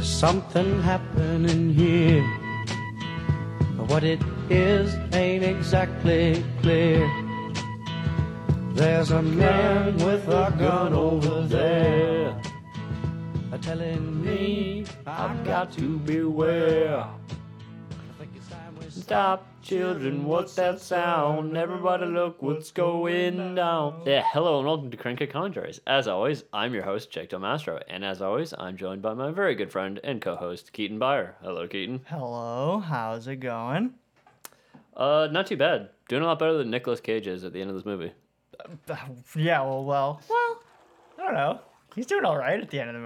something happening here. But what it is ain't exactly clear. There's a man with a gun over there telling me I've got to beware. Stop, children, what's that sound? Everybody look, what's going down? Yeah, hello and welcome to Cranker Conjures. As always, I'm your host, Jake Del Mastro, and as always, I'm joined by my very good friend and co-host, Keaton Byer. Hello, Keaton. Hello, how's it going? Uh, not too bad. Doing a lot better than Nicolas Cage is at the end of this movie. Yeah, well, well, well, I don't know. He's doing all right at the end of the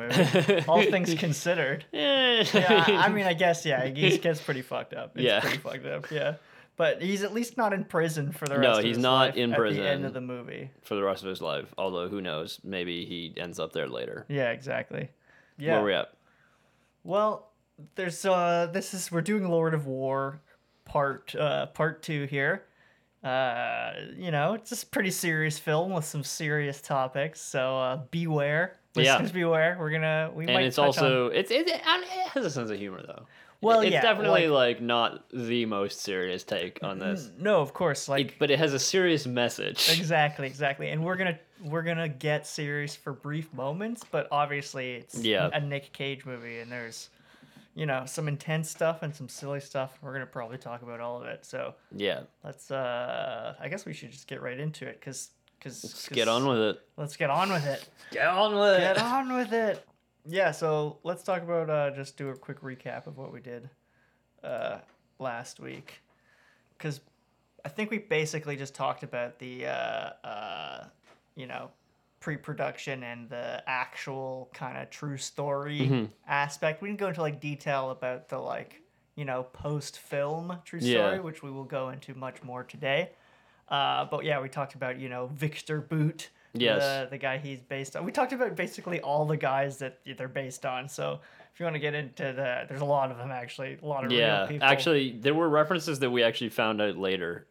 movie, all things considered. Yeah, Yeah, I mean, I guess yeah, he gets pretty fucked up. It's Yeah. pretty fucked up. Yeah, but he's at least not in prison for the rest. No, of he's his not life in at the end prison. of the movie. for the rest of his life. Although, who knows? Maybe he ends up there later. Yeah, exactly. Yeah. Where we at? Well, there's uh this is we're doing Lord of War part uh part 2 here. Uh you know, it's just a pretty serious film with some serious topics, so uh beware. Yeah. Listeners beware. We're going to we might And it's touch on- also it's it, it, it has a sense of humor though. Well, it's yeah, definitely like, not the most serious take on this, Hmm, No, of course, like It- but it has a serious message. exactly, exactly. And we're going to we're going to get serious for brief moments, but obviously it's Yeah. a Nick Cage movie and there's you know, some intense stuff and some silly stuff. We're going to probably talk about all of it. So, Yeah, let's uh i guess we should just get right into it because because let's get on with it. let's get on with it Get on with get on with it yeah so let's talk about uh just do a quick recap of what we did uh last week because i think we basically just talked about the uh uh you know pre-production and the actual kind of true story Mm-hmm. aspect we didn't go into like detail about the like you know post-film true story Yeah. which we will go into much more today uh, but yeah, we talked about you know Victor Boot, Yes. the, the guy he's based on. We talked about basically all the guys that they're based on. So if you want to get into the, there's a lot of them actually, a lot of real Yeah, people. actually, there were references that we actually found out later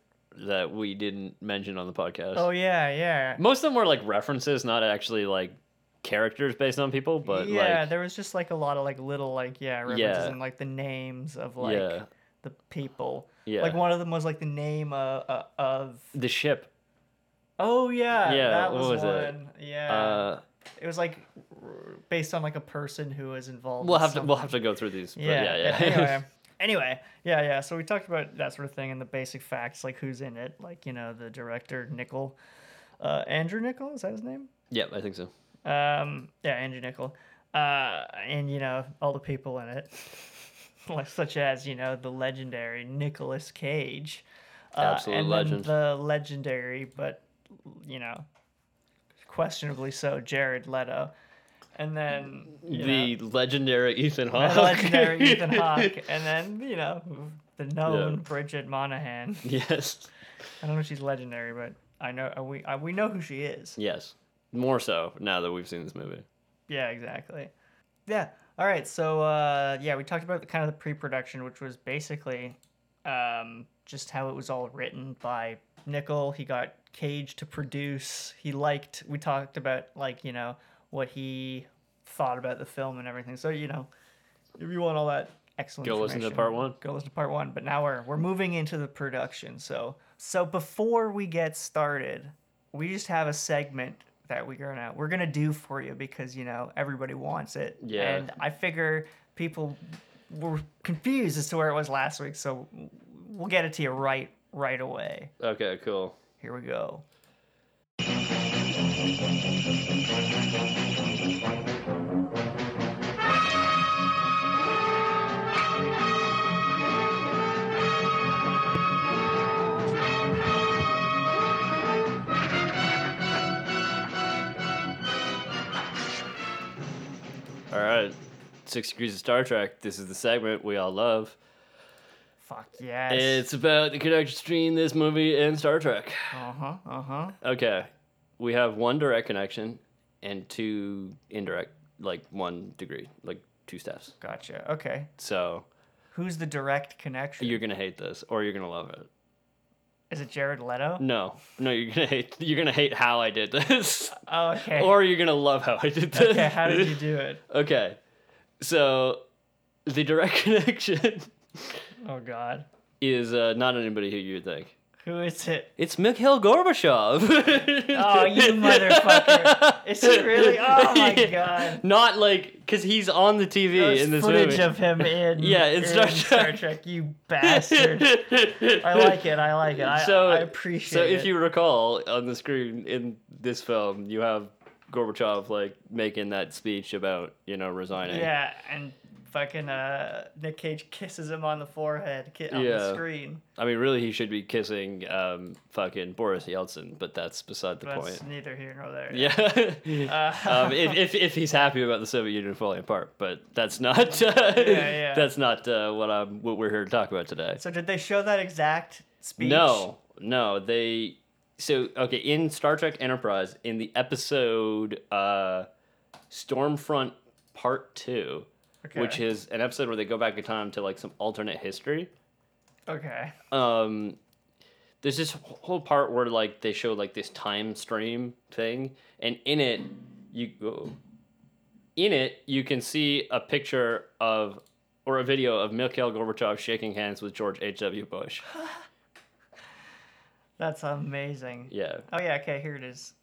that we didn't mention on the podcast. oh yeah, yeah, Most of them were like references, not actually like characters based on people, but yeah. like there was just like a lot of like little like yeah references Yeah. and like the names of like Yeah. the people. Yeah. Like one of them was like the name uh, uh, of. the ship. Oh yeah, Yeah, that what was was, it? one. Yeah, Uh, it was like r- based on like a person who was involved. we'll in have to we'll something. have to go through these. but Yeah, yeah, yeah. anyway, anyway, yeah, yeah. So we talked about that sort of thing and the basic facts, like who's in it, like you know the director Nickel, uh, Andrew Nickel is that his name? Yep, I think so. Um, yeah, Andrew Nickel, uh, and you know all the people in it, like such as you know the legendary Nicolas Cage, uh, Absolute and legend. then the legendary but you know questionably so Jared Leto, and then you know, The legendary Ethan the Hawke. legendary Ethan Hawke, and then you know the known Bridget Monahan. yes. I don't know if she's legendary, but I know uh, we uh, we know who she is. Yes. More so now that we've seen this movie. Yeah, exactly. Yeah. All right. So uh, yeah, we talked about the, kind of the pre-production, which was basically um, just how it was all written by Nickel. He got Cage to produce. He liked. We talked about like you know what he thought about the film and everything. So you know, if you want all that excellent, Go listen to information, part one. Go listen to part one. But now we're we're moving into the production. So so before we get started, we just have a segment that we're gonna we're gonna do for you because you know everybody wants it. Yeah. And I figure people were confused as to where it was last week, so we'll get it to you right right away. Okay, cool. Here we go. All right. Six Degrees of Star Trek. This is the segment we all love. Fuck yes. It's about the connection between this movie and Star Trek. uh huh. Uh huh. Okay. We have one direct connection and two indirect, like one degree, like two steps. Gotcha. Okay. So Who's the direct connection? you're gonna hate this, or you're gonna love it. Is it Jared Leto? No, no, you're gonna hate. You're gonna hate how I did this, Oh, okay. or you're gonna love how I did this. okay. How did you do it? Okay, so the direct connection Oh God, is uh, not anybody who you'd think. who is it? It's Mikhail Gorbachev. Oh, you motherfucker! Is he really? Oh my God! Not like because he's on the TV There's in this footage movie. of him in Yeah, in Star Trek. Trek. You bastard! I like it. I like it. I, I appreciate So if it. you recall on the screen in this film, you have Gorbachev like making that speech about you know resigning. yeah, and fucking uh, Nick Cage kisses him on the forehead ki- on Yeah. the screen. I mean, really, he should be kissing um, fucking Boris Yeltsin, but that's beside the That's point. neither here nor there. Yeah. Uh, um, if, if, if he's happy about the Soviet Union falling apart, but that's not uh, yeah. that's not uh, what I'm what we're here to talk about today. so did they show that exact speech? No, no, they. So okay, in Star Trek Enterprise, in the episode uh, Stormfront Part Two, Okay. which is an episode where they go back in time to like some alternate history. okay. Um, there's this whole part where like they show like this time stream thing, and in it you go. In it, you can see a picture of or a video of Mikhail Gorbachev shaking hands with George H.W. Bush. That's amazing. Yeah. Oh yeah, okay, here it is.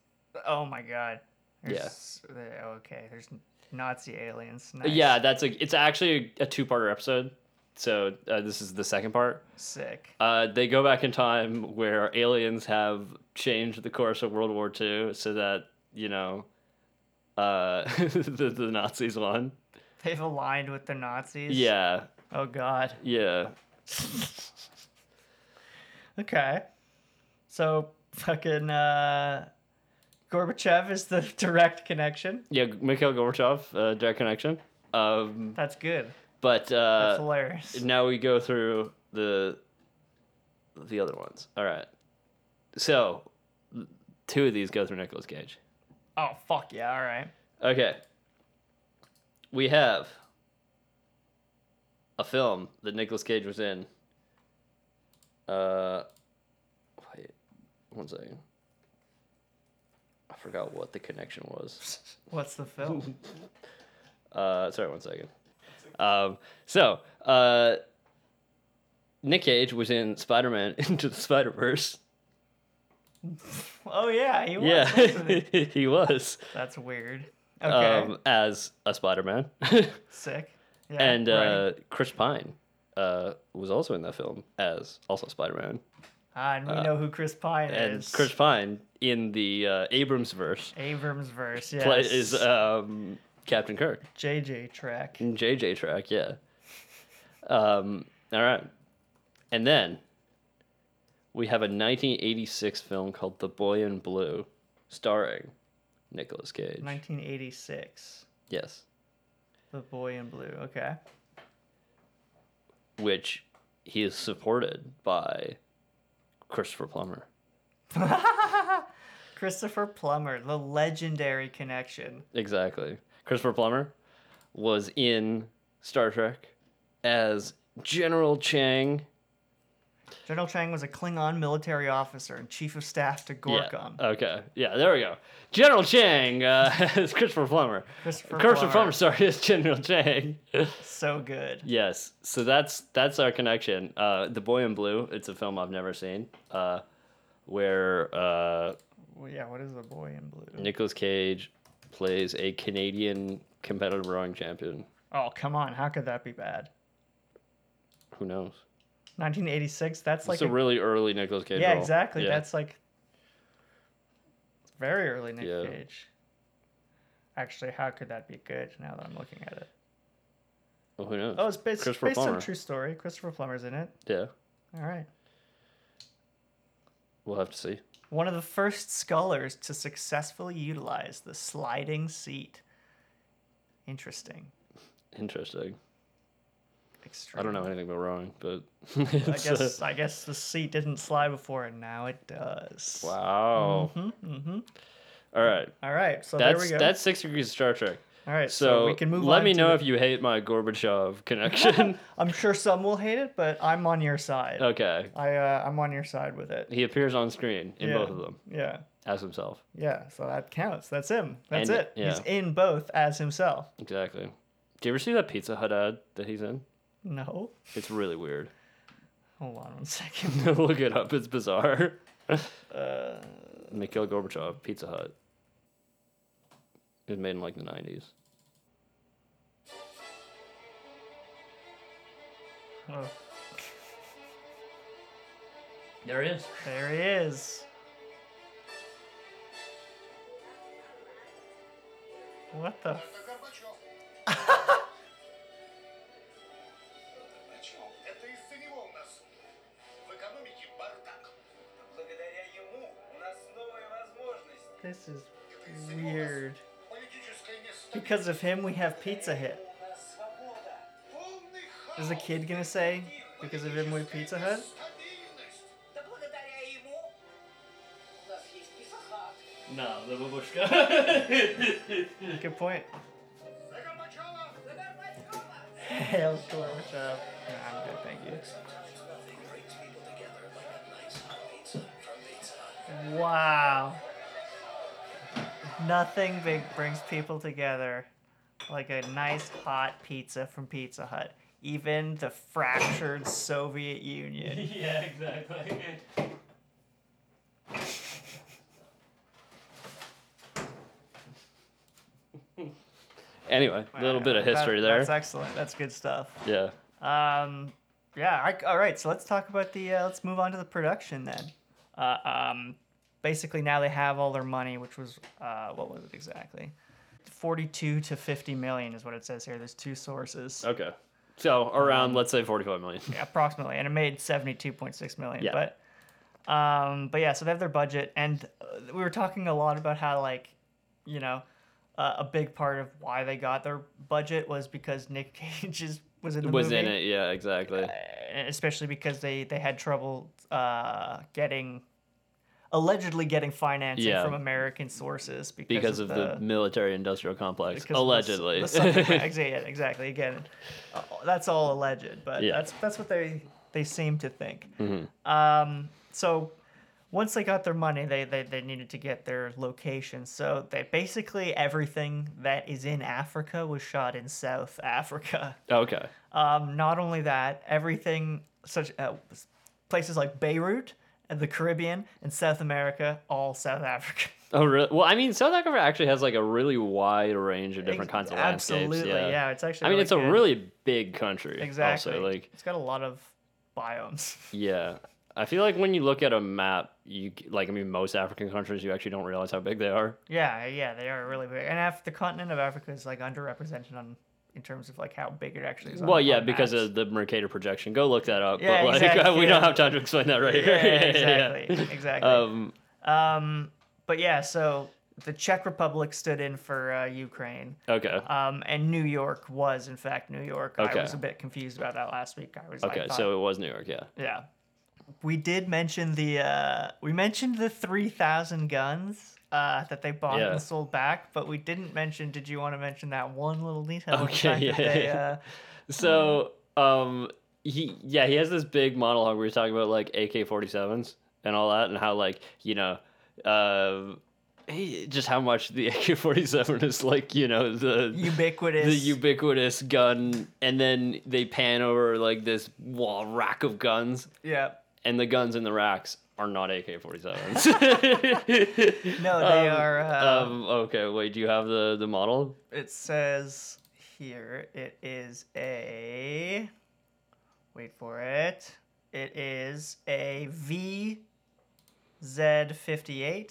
Oh my god. Yeah. There's- there- Okay, there's Nazi aliens. Nice. Yeah, that's a. It's actually a, two-parter episode. So uh, this is the second part. Sick. Uh, they go back in time where aliens have changed the course of World War II, so that you know, uh, the, the Nazis won. They've aligned with the Nazis. Yeah, Oh god. yeah. Okay. So fucking uh Gorbachev is the direct connection. Yeah, Mikhail Gorbachev, uh, direct connection. Um, That's good. but That's uh, hilarious. now we go through the the other ones. All right. So, two of these go through Nicolas Cage. Oh fuck yeah, all right. Okay. We have a film that Nicolas Cage was in. Uh, wait, one second. I forgot what the connection was. What's the film? Uh, sorry, one second. Um, so, uh, Nick Cage was in Spider Man Into the Spider Verse. oh yeah, he was. Yeah, wasn't he? he was That's weird. Okay. um, as a Spider Man. Sick. Yeah, and right. uh, Chris Pine uh, was also in that film as also Spider Man. Ah, and we know who Chris Pine uh, And is. Chris Pine in the uh, Abrams verse Abrams verse, yes. play, is um, Captain Kirk JJ track. in JJ track, yeah. Um, all right. And then we have a 1986 film called The Boy in Blue starring Nicolas Cage. 1986. Yes. The Boy in Blue. Okay. Which he is supported by Christopher Plummer. Christopher Plummer, the legendary connection. Exactly. Christopher Plummer was in Star Trek as General Chang. General Chang was a Klingon military officer and chief of staff to Gorkon. Yeah. uh, Okay. Yeah, there we go. General Chang uh, as Christopher Plummer. Christopher Christopher Plummer, Plummer. sorry, as General Chang. So good. yes. So that's that's our connection. Uh, the Boy in Blue. It's a film I've never seen. Uh, where uh, Well, yeah, what is The Boy in Blue? Nicolas Cage plays a Canadian competitive rowing champion. Oh, come on. How could that be bad? Who knows? 1986, that's like it's a, a- really early Nicolas Cage. Yeah, role. exactly. Yeah. That's like very early Nick Yeah. Cage. Actually, how could that be good now that I'm looking at it? Well, who knows? Oh, it's based, Christopher based on Plummer. a true story. Christopher Plummer's in it. Yeah, All right. we'll have to see. One of the first scholars to successfully utilize the sliding seat. Interesting. Interesting. Extreme. I don't know anything about rowing, but I it's, uh, guess I guess the seat didn't slide before, and now it does. wow. Mm-hmm. All right, All right. So that's there we go. that's six degrees of Star Trek. All right. So, So, we can move. Let on me to know the- if you hate my Gorbachev connection. I'm sure some will hate it, but I'm on your side. okay, I uh, I'm on your side with it. he appears on screen in Yeah. both of them Yeah, as himself. yeah. So that counts. That's him. That's And- it. He's yeah. in both as himself. Exactly. Do you ever see that Pizza Hut ad that he's in? No. It's really weird. Hold on one second. Look it up. It's bizarre. Uh, Mikhail Gorbachev, Pizza Hut. It was made in like the 90s. oh, There it is. there he is. What the? F- Горбачев. Горбачев, это из-за него у нас в экономике бардак. Благодаря ему у нас новые возможности. this is weird. Политическая нестабильность. Because of him, we have Pizza Hit. У нас свобода. Полный Is хаос. the kid gonna say? Because of him, we have Pizza Hut. Стабильность. Да благодаря ему у нас есть Пиза Хат. No, the babushka. Good point. За Горбачева. За Горбачева! Hail Gorbachev. Nah, I'm good, thank you. Wow. Nothing big brings people together like a nice hot pizza from Pizza Hut. Even the fractured Soviet Union. yeah, exactly. anyway, a little bit of That- history That's there. excellent. That's good stuff. Yeah. Um, yeah. I, all right. So let's talk about the. Uh, let's move on to the production then. Uh, um, basically, now they have all their money, which was uh, what was it exactly? Forty-two to fifty million is what it says here. There's two sources. Okay. So around, Um, let's say, 45 million. approximately, and it made seventy-two point six million. Yeah. But, um, but yeah, so they have their budget, and uh, we were talking a lot about how like, you know, uh, a big part of why they got their budget was because Nick Cage is, was in the Was movie, in it. Yeah, exactly. uh, especially because they they had trouble uh, getting. Allegedly getting financing Yeah. from American sources because, because of the, military industrial complex. because of the s- Allegedly. the subject matter. Exa- yeah, exactly. Again, uh, that's all alleged, but Yeah. Mm-hmm. that's that's what they they seem to think. Um, so once they got their money, they, they they needed to get their location. So they basically everything that is in Africa was shot in South Africa. okay. Um, not only that, everything such uh, places like Beirut and the Caribbean and South America, all South Africa. Oh, really? Well, I mean, South Africa actually has like a really wide range of different Ex- kinds of absolutely, landscapes. yeah. yeah, it's actually I mean, really it's a good. really big country. Exactly. Also, like, it's got a lot of biomes. yeah, I feel like when you look at a map, you like, I mean, most African countries, you actually don't realize how big they are. yeah, yeah, they are really big. And Af- the continent of Africa is like underrepresented on in terms of like how big it actually is. on- well, yeah, on because maps. of the Mercator projection. Go look that up. Yeah, but like, exactly, we yeah. don't have time to explain that right here. yeah, yeah, Uh, exactly, exactly. Um, um, but yeah, so the Czech Republic stood in for uh, Ukraine. okay. Um, and New York was, in fact, New York. Okay. I was a bit confused about that last week. I was like, Okay. thought- So it was New York. Yeah. yeah, we did mention the uh, we mentioned the three thousand guns uh, that they bought Yeah. and sold back, but we didn't mention. Did you want to mention that one little detail? of the Okay, fact that yeah, they, yeah. uh, So, um, he yeah, he has this big monologue where he's talking about like AK forty sevens and all that, and how like you know, uh, he, just how much the AK forty seven is like you know the ubiquitous. the ubiquitous gun, and then they pan over like this wall rack of guns, yeah. and the guns in the racks are not AK forty sevens. No, they Um, are. Uh, Um, okay, wait, do you have the the model? it says here it is a. Wait for it. It is a VZ58,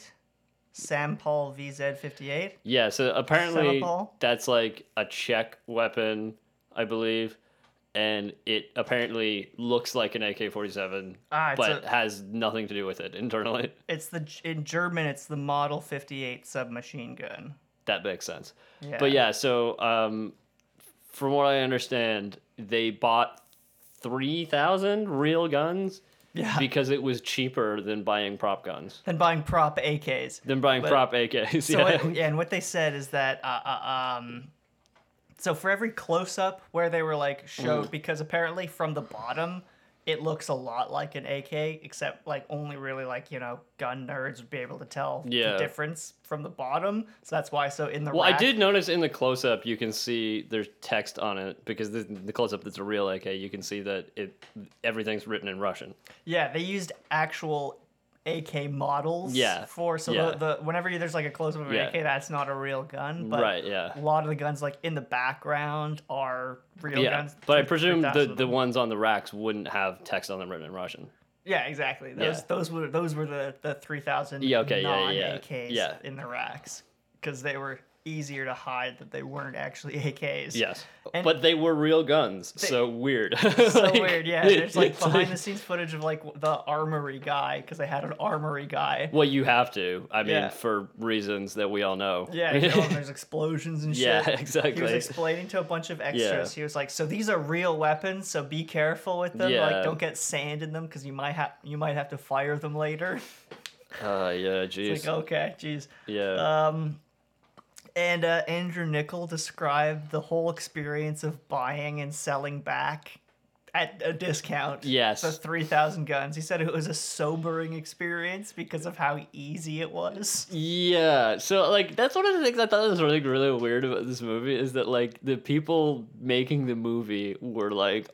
Sampol VZ58. Yeah, so apparently Semapol? that's like a Czech weapon, I believe, and it apparently looks like an AK-47, Ah, it's but a- has nothing to do with it internally. It's the in German. It's the Model 58 submachine gun. That makes sense. Yeah. But yeah, so um, from what I understand, they bought 3,000 real guns Yeah. because it was cheaper than buying prop guns, Than buying prop AKs. than buying But- prop AKs. So yeah. what, yeah, and what they said is that uh, uh, um, Mm. so for every close up where they were like showed because apparently from the bottom. it looks a lot like an AK, except like only really like you know gun nerds would be able to tell Yeah. the difference from the bottom. So that's why. So in the Well, I rack- did notice in the close up you can see there's text on it because the, the close up that's a real AK. You can see that it everything's written in Russian. Yeah, they used actual AK models. Yeah, For so yeah. the, the whenever there's like a close up of an Yeah. AK, that's not a real gun. But Right, yeah. A lot of the guns like in the background are real yeah, guns. but I with- presume with dots the, with the them. ones on the racks wouldn't have text on them written in Russian. Yeah, exactly. Those Yeah. those were those were the the three thousand Yeah, okay, yeah, non yeah, yeah. AKs Yeah. in the racks because they were easier to hide that they weren't actually AKs. Yes, And- but they were real guns. so weird. So weird, yeah. There's like behind the scenes footage of like the armory guy because they had an armory guy. Well, you have to. I mean, Yeah. for reasons that we all know. Yeah, you know, and there's explosions and shit. Yeah, He was exactly. explaining to a bunch of extras. He was like, "So these are real weapons. So be careful with them. Yeah. Like, don't get sand in them because you might have you might have to fire them later." uh, yeah, It's jeez. like, okay, jeez. yeah. Um, and uh, Andrew Nichol described the whole experience of buying and selling back at a discount. Yes. the three thousand guns. He said it was a sobering experience because of how easy it was. Yeah, so like that's one of the things I thought was really really weird about this movie is that like the people making the movie were like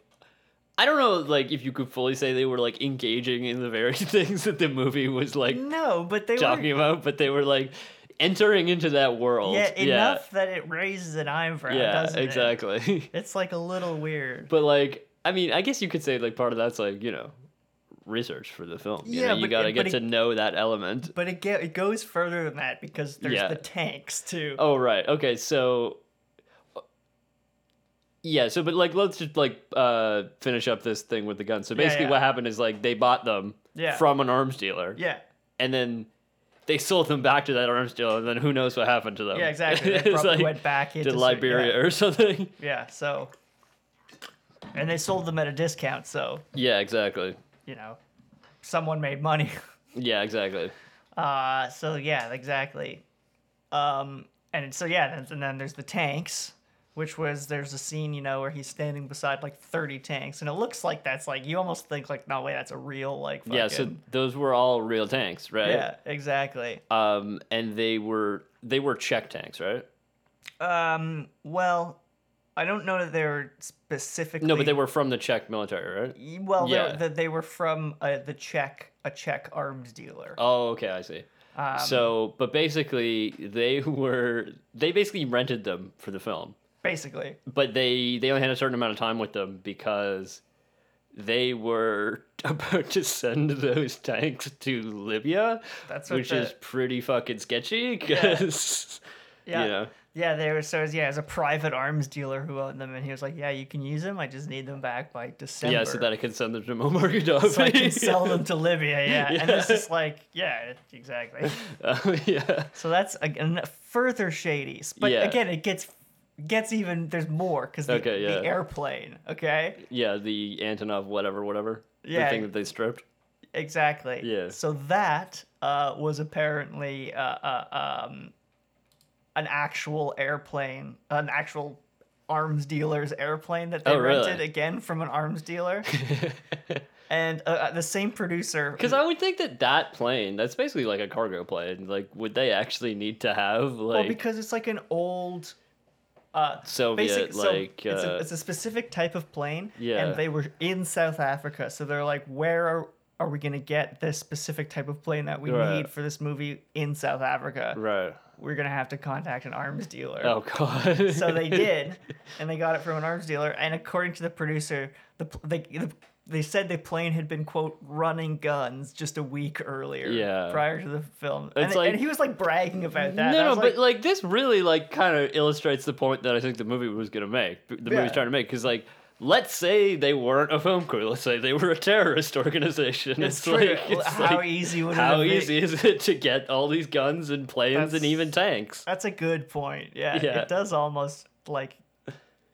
I don't know like if you could fully say they were like engaging in the very things that the movie was like No, but Mm, they were talking about, but they were like entering into that world. Yeah, enough that it raises an eyebrow, Yeah, doesn't it? exactly. It's like a little weird. but like I mean, I guess you could say like part of that's like, you know, research for the film. You Yeah, know, you but- got to but get to it- know that element. But it, ge- it goes further than that because there's Yeah. the tanks too. Oh right. Okay. So. Yeah. So, but like, let's just like uh finish up this thing with the guns. So Yeah, basically, yeah. what happened is like they bought them Yeah. from an arms dealer. Yeah. And then they sold them back to that arms dealer, and then who knows what happened to them? Yeah, exactly. They It's probably like went back into to cer- Liberia yeah. or something. Yeah, so and they sold them at a discount, so, Yeah. Exactly. you know, someone made money. Yeah. Exactly. Uh so yeah, exactly. Um and so yeah, and, and then there's the tanks, which was there's a scene, you know, where he's standing beside like 30 tanks and it looks like that's like you almost think like no way that's a real like fucking, Yeah. So those were all real tanks, right? Yeah, exactly. Um, and they were they were Czech tanks, right? Um, well, I don't know that they were specifically. No, but they were from the Czech military, right? Well, yeah. they, were, they were from uh, the Czech, a Czech arms dealer. Oh, okay, I see. Um, so, but basically, they were they basically rented them for the film, basically, but they they only had a certain amount of time with them because they were about to send those tanks to Libya, That's what which the- is pretty fucking sketchy. Because yeah, you know, yeah. They were so it was- yeah, it was a private arms dealer who owned them, and he was like, "Yeah, you can use them. I just need them back by December." yeah, so that I can send them to Muammar Gaddafi. So I can sell them to Libya, yeah. And this Yeah. is like, yeah, exactly. Uh, yeah, So that's again further shady. But Yeah. again, it gets gets even there's more because the, Okay, the yeah. airplane. Okay, yeah, the Antonov, whatever, whatever, Yeah. the thing that they stripped. Exactly. Yeah. So that uh, was apparently uh, uh, um, an actual airplane, an actual arms dealer's airplane that they Oh, really? rented again from an arms dealer, and uh, uh, the same producer. Because I would think that that plane, that's basically like a cargo plane. Like, would they actually need to have like well, because it's like an old. Uh, Soviet basic, so like? it's, uh, a, it's a specific type of plane, Yeah. and they were in South Africa, so they're like, where are, are we gonna get this specific type of plane that we Right. need for this movie in South Africa? right. we're gonna have to contact an arms dealer. Oh god. So they did, and they got it from an arms dealer. And according to the producer, the pl- they, the, they said the plane had been quote running guns just a week earlier, Yeah. prior to the film. And, It's and like- he was like bragging about that. and I no, no, was but like this really like kind of illustrates the point that I think the movie was gonna make. The Yeah. movie's trying to make because like. Let's say they weren't a film crew. Let's say they were a terrorist organization. It's It's, true. like it's How like, easy would it how have been? easy is it to get all these guns and planes That's- and even tanks? that's a good point. Yeah, Yeah. it does almost like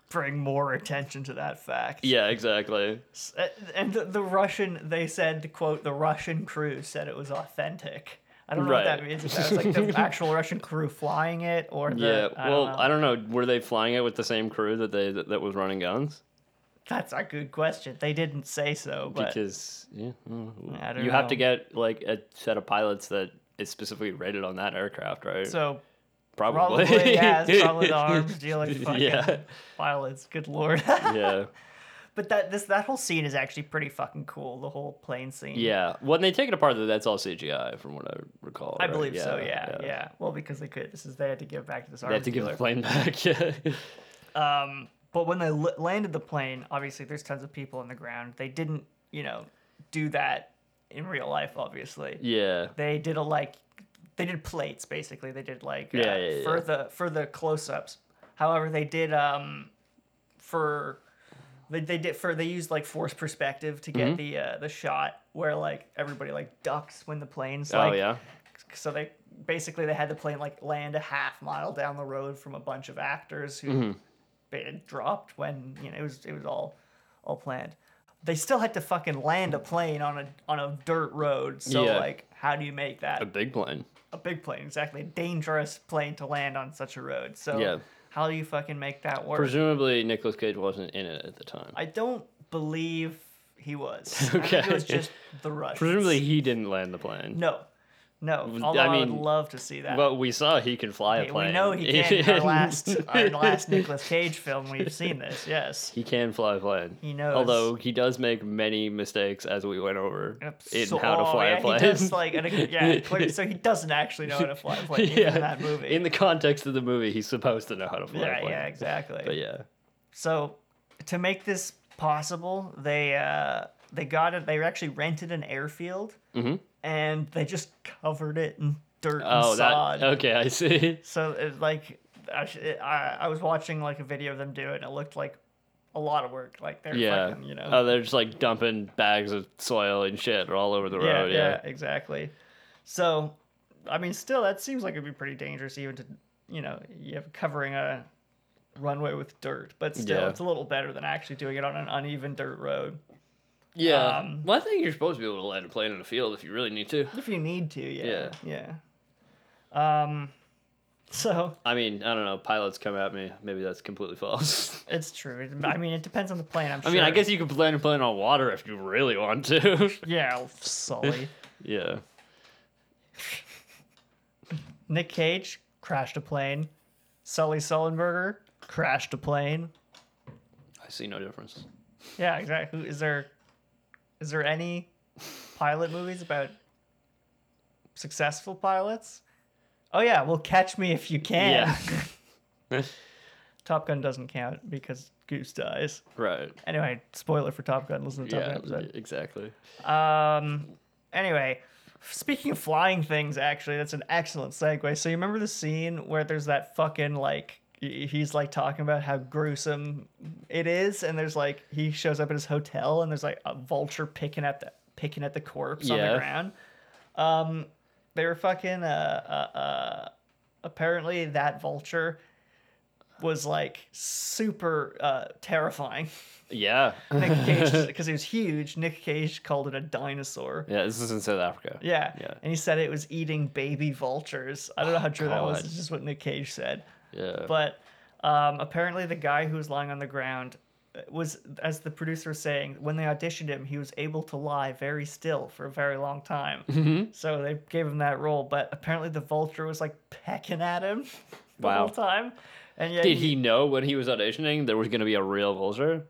bring more attention to that fact. Yeah, exactly. Uh, And the, the Russian, they said, quote, the Russian crew said it was authentic. I don't know what that Right. means. If that was like the actual Russian crew flying it or the. yeah. I well, don't know. I don't know. Were they flying it with the same crew that they that, that was running guns? That's a good question. They didn't say so, but because yeah, mm, I don't you have to know. get like a set of pilots that is specifically rated on that aircraft, right? so probably, probably yeah, it's probably the arms dealing fucking yeah, pilots. Good lord. yeah, but that this that whole scene is actually pretty fucking cool. The whole plane scene. yeah. When they take it apart, though, that's all CGI, from what I recall. I right? believe so. Yeah, yeah, Well, because they could. This is they had to give back to this They have arms to give the dealer. plane back. Yeah, Um, but when they l- landed the plane, obviously there's tons of people on the ground. They didn't, you know, do that in real life. Obviously, yeah, they did a like, they did plates basically. They did like uh, Yeah, yeah, for yeah. the for the close-ups. However, they did um, for they, they did for they used like forced perspective to Mm-hmm. get the uh, the shot where like everybody like ducks when the plane's oh like yeah, so they basically they had the plane like land a half mile down the road from a bunch of actors who Mm-hmm. ba- dropped when you know it was it was all all planned. They still had to fucking land a plane on a on a dirt road. So Yeah. like, how do you make a that big plane. a big plane exactly? A dangerous plane to land on such a road. So Yeah. how do you fucking make that work? Presumably, Nicolas Cage wasn't in it at the time. I don't believe he was. I think it Okay. was just the Russians. Presumably, he didn't land the plane. no, no. I Although I, would mean, love to see that. But we saw he can fly a Uh, Yeah, plane. We know he can. in our last, our last Nicolas Cage film, we've seen this. Yes, He can fly a plane. He knows. Although he does make many mistakes as we went over in So- how to oh, fly yeah, a plane. He does, like, an, yeah, clear- so he doesn't actually know how to fly a plane even in that movie. In the context of the movie, he's supposed to know how to fly a yeah, plane. yeah, exactly. But yeah. So to make this possible, they uh, they got it. They actually rented an airfield, and they just covered it in dirt and Mm-hmm. Oh, sod. that. Okay, I see. So it, like, I, sh- it- I I was watching like a video of them do it, and it looked like a lot of work. Like they're Yeah. fucking, you know. Oh, they're just like dumping bags of soil and shit all over the road. Yeah. exactly. So, I mean, still, that seems like it'd be pretty dangerous, even to you know, you have covering a runway with dirt. But still, Yeah. it's a little better than actually doing it on an uneven dirt road. Yeah. Um, well, I think you're supposed to be able to land a plane in the field if you really need to. If you need to, yeah, yeah. Um, so I mean, I don't know. Pilots come at me. Maybe that's completely false. it's true. It- I mean, it depends on the plane. I'm I sure. mean, I guess you could plan a plane on water if you really want to. yeah, oh, Sully. yeah. Nick Cage crashed a plane. Sully Sullenberger crashed a plane. I see no difference. Yeah, exactly. Who- Is there is there any pilot movies about successful pilots? Oh yeah, well catch me if you can. Top Gun doesn't count because Goose dies. right. Anyway, spoiler for Top Gun. Listen to Top Yeah, Gun episode. exactly. Um. Anyway, speaking of flying things, actually, that's an excellent segue. So you remember the scene where there's that fucking like he- he's like talking about how gruesome it is, and there's like he shows up at his hotel, and there's like a vulture picking at the picking at the corpse on Yeah. the ground. Um, they were fucking uh, uh, uh apparently that vulture was like super uh terrifying. Yeah. Nick Cage, because he was huge, Nick Cage called it a dinosaur. Yeah, this is in South Africa. Yeah. Yeah. And he said it was eating baby vultures. I don't know how true that was. God. It's just what Nick Cage said. Yeah. But um, apparently, the guy who was lying on the ground uh, was, as the producer was saying, when they auditioned him, he was able to lie very still for a very long time. Mm-hmm. So they gave him that role. But apparently, the vulture was like pecking at him the Wow. whole time. And yet, Did he- he know when he was auditioning there was going to be a real vulture?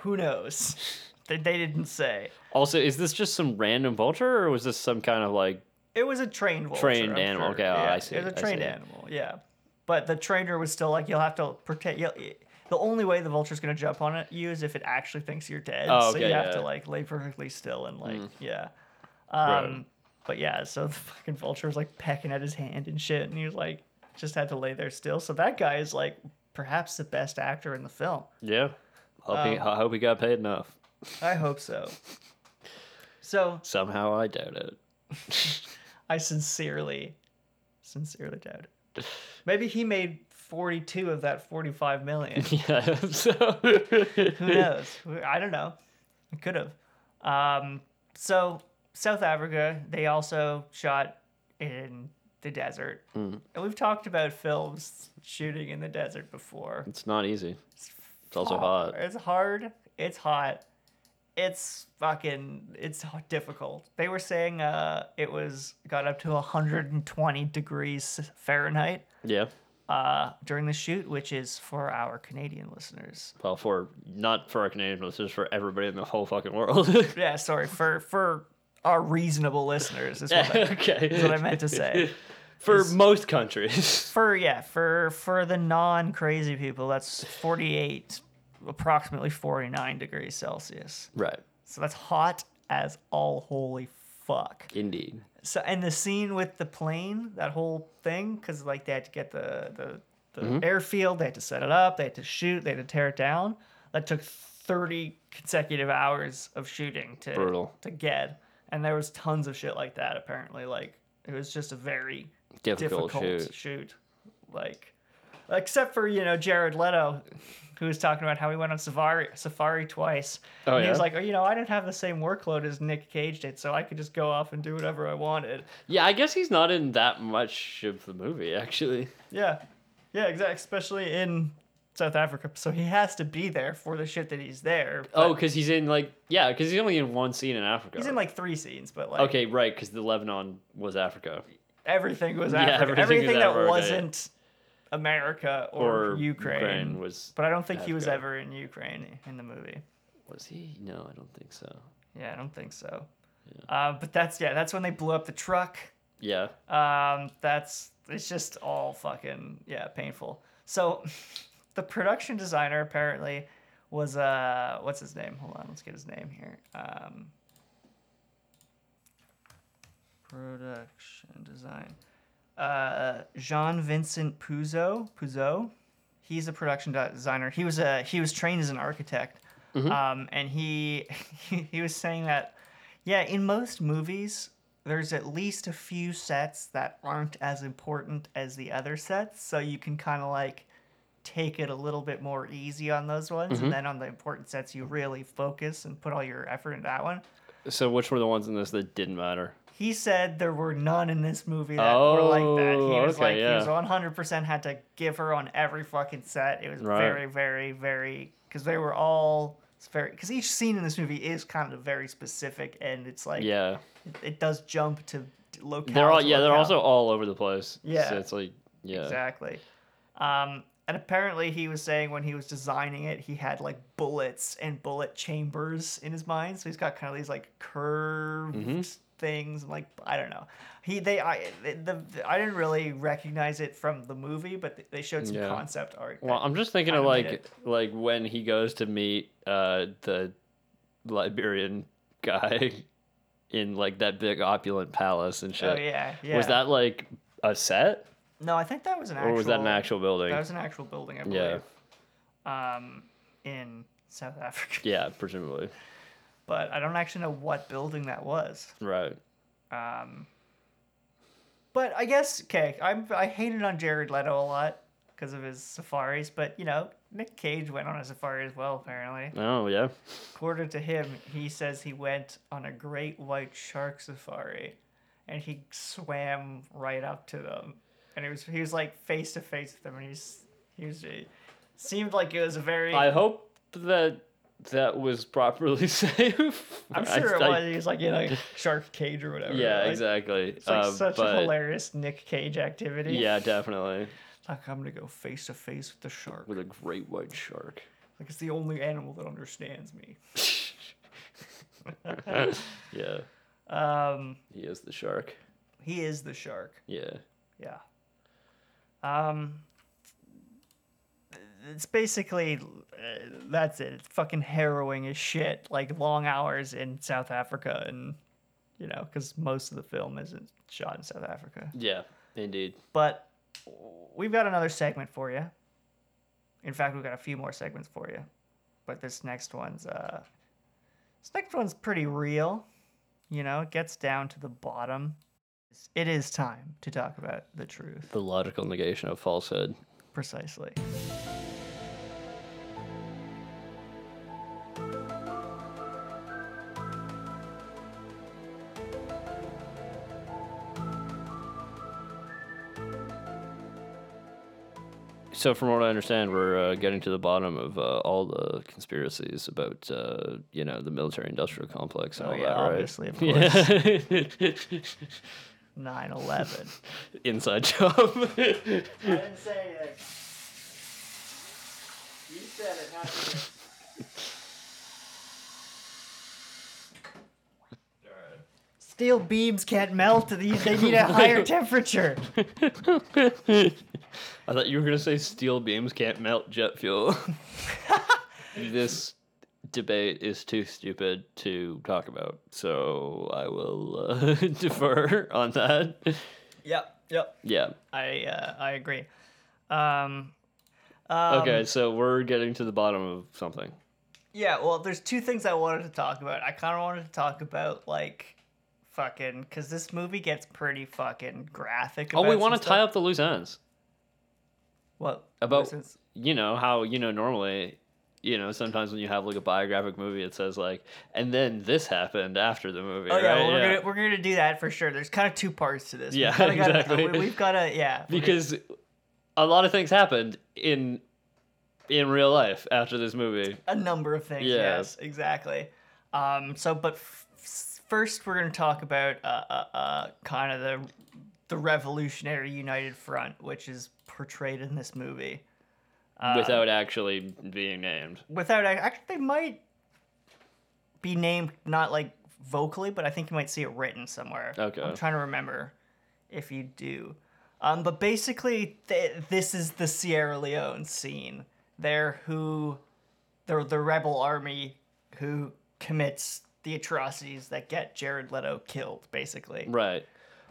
who knows? they, they didn't say. Also, is this just some random vulture or was this some kind of like. It was a trained vulture. Trained I'm animal, sure. okay, oh, yeah. I see, It was I a trained see. animal. Yeah, but the trainer was still like, you'll have to protect. You'll, the only way the vulture's gonna jump on it, you is if it actually thinks you're dead. Oh, so okay, you have to yeah. Mm. like lay perfectly still and like yeah. Right. Um, But yeah, so the fucking vulture was like pecking at his hand and shit, and he was like just had to lay there still. So that guy is like perhaps the best actor in the film. Yeah. Hope he, Um, I hope he got paid enough. I hope so. So Somehow I doubt it. I sincerely, sincerely doubt it. Maybe he made 42 of that 45 million. Yeah. So. Who knows? I don't know. It could have. Um, so, South Africa, they also shot in the desert. And we've talked about films shooting in the desert before. it's not easy. It's also hot. It's hard. It's hot. It's fucking. It's h- difficult. They were saying uh, it was got up to 120 degrees Fahrenheit Yeah. uh, during the shoot, which is for our Canadian listeners. Well, for not for our Canadian listeners, for everybody in the whole fucking world. Yeah, sorry for for our reasonable listeners. Is what I, okay. is what I meant to say. For most countries. For yeah, for for the non crazy people, that's 48, approximately 49 degrees Celsius. Right. So that's hot as all holy fuck. Indeed. So and the scene with the plane, that whole thing, because like they had to get the the, the airfield, they had to set it up, they had to shoot, they had to tear it down. That took thirty consecutive hours of shooting to Brutal. to get, and there was tons of shit like that. Apparently, like it was just a very Difficult, difficult, shoot. shoot. Like, except for you know Jared Leto, who was talking about how he went on safari safari twice. Oh, and He was yeah? like, oh, you know, I didn't have the same workload as Nick Cage did, so I could just go off and do whatever I wanted. Yeah, I guess he's not in that much of the movie, actually. Yeah, yeah, exactly. Especially in South Africa, so he has to be there for the shit that he's there. but Oh, because he's in like yeah, because he's only in one scene in Africa. he's in like three scenes, but like okay, right, because the Lebanon was Africa. everything was Yeah, everything Africa. everything was that Africa, yeah. wasn't America or, Or Ukraine. Ukraine was but I don't think he was Africa. ever in Ukraine in the movie. Was he? No, I don't think so. Yeah, I don't think so. Uh, but that's yeah, that's when they blew up the truck. Yeah. Um, that's it's just all fucking yeah, painful. So, the production designer apparently was uh, what's his name? Hold on, let's get his name here. Um, production design. Uh, Jean Vincent Puzo. Puzo. He's a production de- designer. He was a he was trained as an architect, um, and he he was saying that yeah, in most movies there's at least a few sets that aren't as important as the other sets, so you can kind of like take it a little bit more easy on those ones, and then on the important sets you really focus and put all your effort into that one. Uh, So which were the ones in this that didn't matter? He said there were none in this movie that were like that. He Oh, was okay, like he was yeah. one hundred percent had to give her on every fucking set. It was Right. very, very, very because they were all it's very because each scene in this movie is kind of very specific and it's like Yeah. it, it does jump to d- locale. They're all to yeah, they're locale. also all over the place. Yeah. So it's like yeah. exactly. Um, and apparently he was saying when he was designing it, he had like bullets and bullet chambers in his mind. So he's got kind of these like curved Mm-hmm. things, like I don't know. He they I the, the I didn't really recognize it from the movie, but th- they showed some Yeah. concept art. Well, that- I'm just thinking of Kinda like made like when he goes to meet uh the Liberian guy in like that big opulent palace and shit. oh yeah, yeah. Was that like a set no? I think that was an or actual. was that an actual building? That was an actual building, I Yeah. believe. Um, in South Africa, Yeah, presumably. but I don't actually know what building that was. Right. Um, but I guess okay, I'm I hated on Jared Leto a lot because of his safaris, but you know Nick Cage went on a safari as well. Apparently, Oh yeah. according to him, he says he went on a great white shark safari, and he swam right up to them, and it was he was like face to face with them, and he was he was it seemed like it was a very I hope that that was properly safe. I'm I- sure it I- was. He was like in a shark cage or whatever. Yeah, like, exactly. It's like Uh, such but- a hilarious Nick Cage activity. Yeah, definitely. Like I'm gonna go face to face with the shark. With a great white shark. Like it's the only animal that understands me. Yeah, Um, he is the shark. he is the shark. Yeah. Yeah. Um, it's basically uh, that's it. It's fucking harrowing as shit. Like long hours in South Africa, and you know, because most of the film isn't shot in South Africa. Yeah, indeed. But we've got another segment for you. In fact, we've got a few more segments for you. But this next one's uh this next one's pretty real. You know, it gets down to the bottom. It is time to talk about the truth, The logical negation of falsehood. precisely. so from what I understand, we're uh, getting to the bottom of uh, all the conspiracies about uh, you know the military-industrial complex and Oh, all yeah, that, right? obviously, of Yeah. 9-11. Inside job. I didn't say anything. You said it, not me. Steel beams can't melt. They they need a higher temperature. I thought you were gonna say steel beams can't melt jet fuel. this debate is too stupid to talk about, so I will uh, defer on that. Yep, yep. Yeah. I uh, I agree. Um, Okay, so we're getting to the bottom of something. Yeah, well, there's two things I wanted to talk about. I kind of wanted to talk about like fucking because this movie gets pretty fucking graphic. Oh, we want to tie up the loose ends. what about- since- you know how you know normally you know sometimes when you have like a biographic movie it says like and then this happened after the movie Oh yeah, right? well, we're Yeah. gonna we're gonna do that for sure. There's kind of two parts to this. Yeah, we kinda gotta, exactly. We, have got to yeah. we're gonna- because a lot of things happened in in real life after this movie a number of things. Yeah. Yes, exactly. Um, so, but f- f- first, we're going to talk about uh, uh, uh, kind of the the Revolutionary United Front, which is portrayed in this movie. Uh, without actually being named Without ac- actually, they might be named not like vocally, but I think you might see it written somewhere. Okay. I'm trying to remember if you do. Um, but basically, th- this is the Sierra Leone scene. They're who the the rebel army who commits the atrocities that get Jared Leto killed, basically. right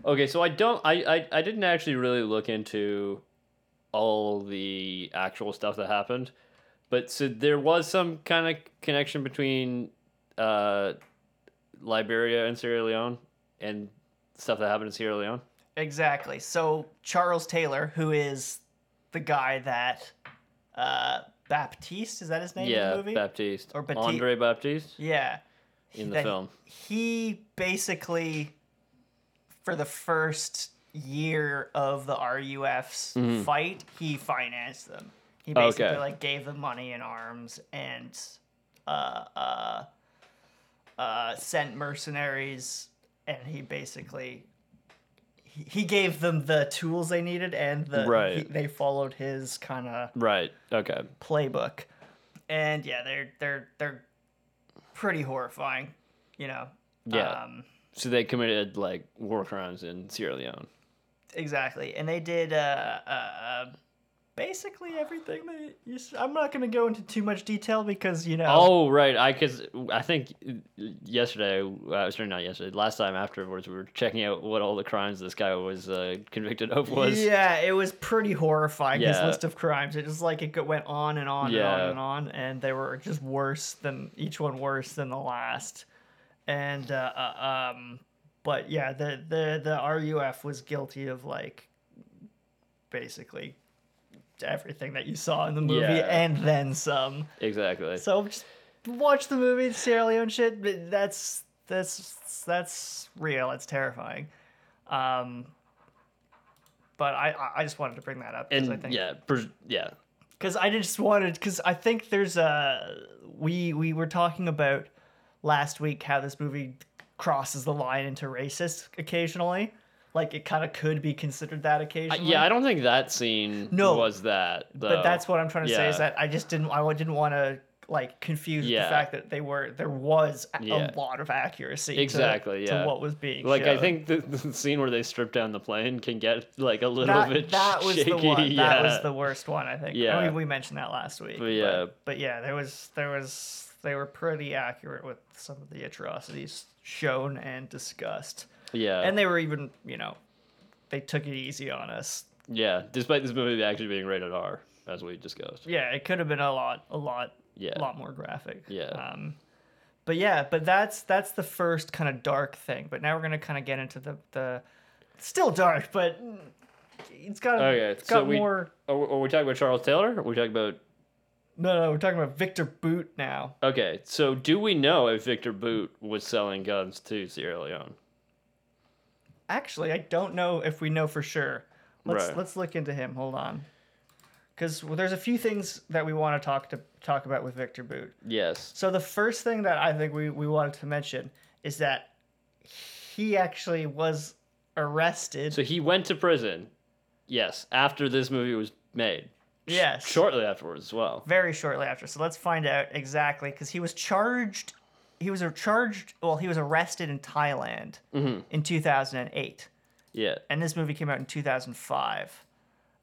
okay so i don't I, I i didn't actually really look into all the actual stuff that happened but so there was some kind of connection between uh liberia and sierra leone and stuff that happened in sierra leone Exactly. So Charles Taylor, who is the guy that uh, Baptiste is that his name in yeah the movie? baptiste Or Bapti- andre baptiste yeah. in the that film He basically, for the first year of the RUF's fight, he financed them. He basically Mm-hmm. Okay. like gave them money and arms and uh, uh, uh, sent mercenaries, and he basically he, he gave them the tools they needed and the Right. he- they followed his kind of right okay playbook. And yeah, they're they're they're pretty horrifying, you know. Yeah. Um, so they committed like war crimes in sierra leone exactly. And they did uh, uh, uh, basically everything that you, s- I'm not going to go into too much detail because you know. Oh right, I cause I think uh, yesterday, uh, sorry not yesterday, last time afterwards we were checking out what all the crimes this guy was uh, convicted of was. Yeah, it was pretty horrifying. His Yeah. list of crimes. It just like it go- went on and on and on Yeah. and on, and they were just worse than each one worse than the last. And uh, uh, um, but yeah, the the the RUF was guilty of like basically everything that you saw in the movie Yeah. and then some. exactly. So just watch the movie Sierra Leone shit. But that's that's that's real. It's terrifying. Um, but I I- I just wanted to bring that up because and I think yeah, pres yeah, because I just wanted because I think there's a we we were talking about last week how this movie crosses the line into racist occasionally. Like it kind of could be considered that I, occasionally. yeah. I don't think that scene No, was that. Though. But that's what I'm trying to say is Yeah. that I just didn't I didn't want to like confuse Yeah. the fact that they were there was a, Yeah. a lot of accuracy to- Exactly, to yeah. what was being like I shown. think the, the scene where they strip down the plane can get like a little that, bit that was shaky. the one that yeah. was the worst one I think I Yeah. mean, we mentioned that last week But yeah. but, but yeah there was there was they were pretty accurate with some of the atrocities shown and discussed yeah and they were even you know they took it easy on us yeah. Despite this movie actually being rated R, as we discussed. yeah it could have been a lot a lot Yeah. a lot more graphic Yeah. um but yeah but that's that's the first kind of dark thing but now we're gonna kind of get into the the still dark but it's got Okay, it's so got we- more Are, we- are we talking about Charles Taylor? Or are we talking about no no we're talking about victor boot now Okay, so do we know if Victor Boot was selling guns to Sierra Leone? actually i don't know if we know for sure let's Right. let's look into him hold on because well, there's a few things that we want to talk to talk about with Victor Boot. Yes. So the first thing that I think we, we wanted to mention is that he actually was arrested. So he went to prison. Yes, after this movie was made. Sh- yes. Shortly afterwards as well. Very shortly after. So let's find out exactly because he was charged. He was charged. Well, he was arrested in Thailand in 2008. Yeah. and this movie came out in 2005.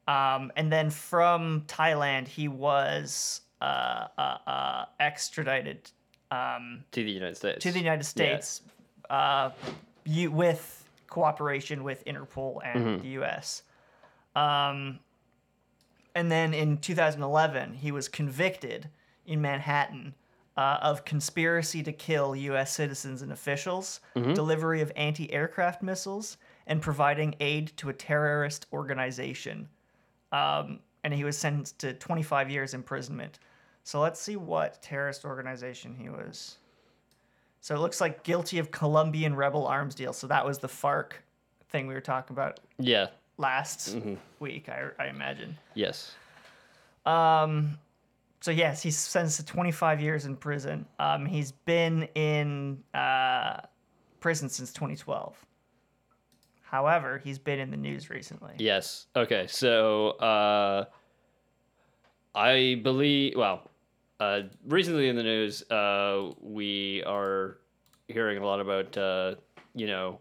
Um, and then from Thailand, he was uh, uh, uh, extradited um, To the United States. to the United States uh, you, with cooperation with Interpol and the U.S. Um, and then in 2011, he was convicted in Manhattan uh, of conspiracy to kill U.S. citizens and officials, delivery of anti aircraft missiles, and providing aid to a terrorist organization. Um, and he was sentenced to 25 years imprisonment. So let's see what terrorist organization he was. So it looks like guilty of Colombian rebel arms deal. So that was the FARC thing we were talking about Yeah. last Mm-hmm. week, I, I imagine. Yes. Um, so yes, he's sentenced to 25 years in prison. Um, he's been in uh, prison since 2012. However, he's been in the news recently. Yes. Okay. So uh, I believe. Well, uh, recently in the news, uh, we are hearing a lot about. Uh, you know,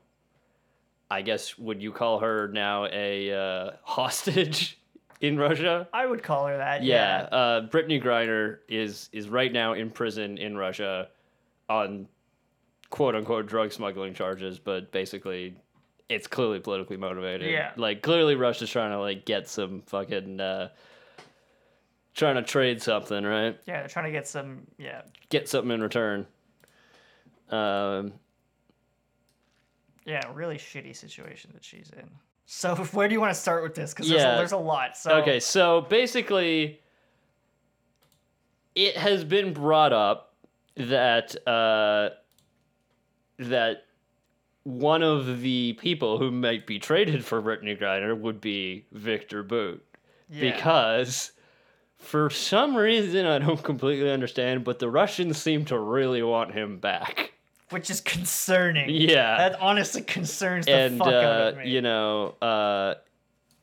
I guess would you call her now a uh, hostage in Russia? I would call her that. Yeah. Uh, Brittany Griner is is right now in prison in Russia on quote unquote drug smuggling charges, but basically it's clearly politically motivated. Yeah. Like clearly Russia's trying to like get some fucking uh trying to trade something, right? Yeah, they're trying to get some. Yeah. Get something in return. Um Yeah, really shitty situation that she's in. So where do you want to start with this? Because there's, Yeah. a- there's a lot. So Okay, so basically, it has been brought up that uh, that one of the people who might be traded for Brittany Griner would be Victor Boot yeah. because. For some reason, I don't completely understand, but the Russians seem to really want him back. which is concerning. Yeah That honestly concerns the and fuck out uh, of me. you know, uh,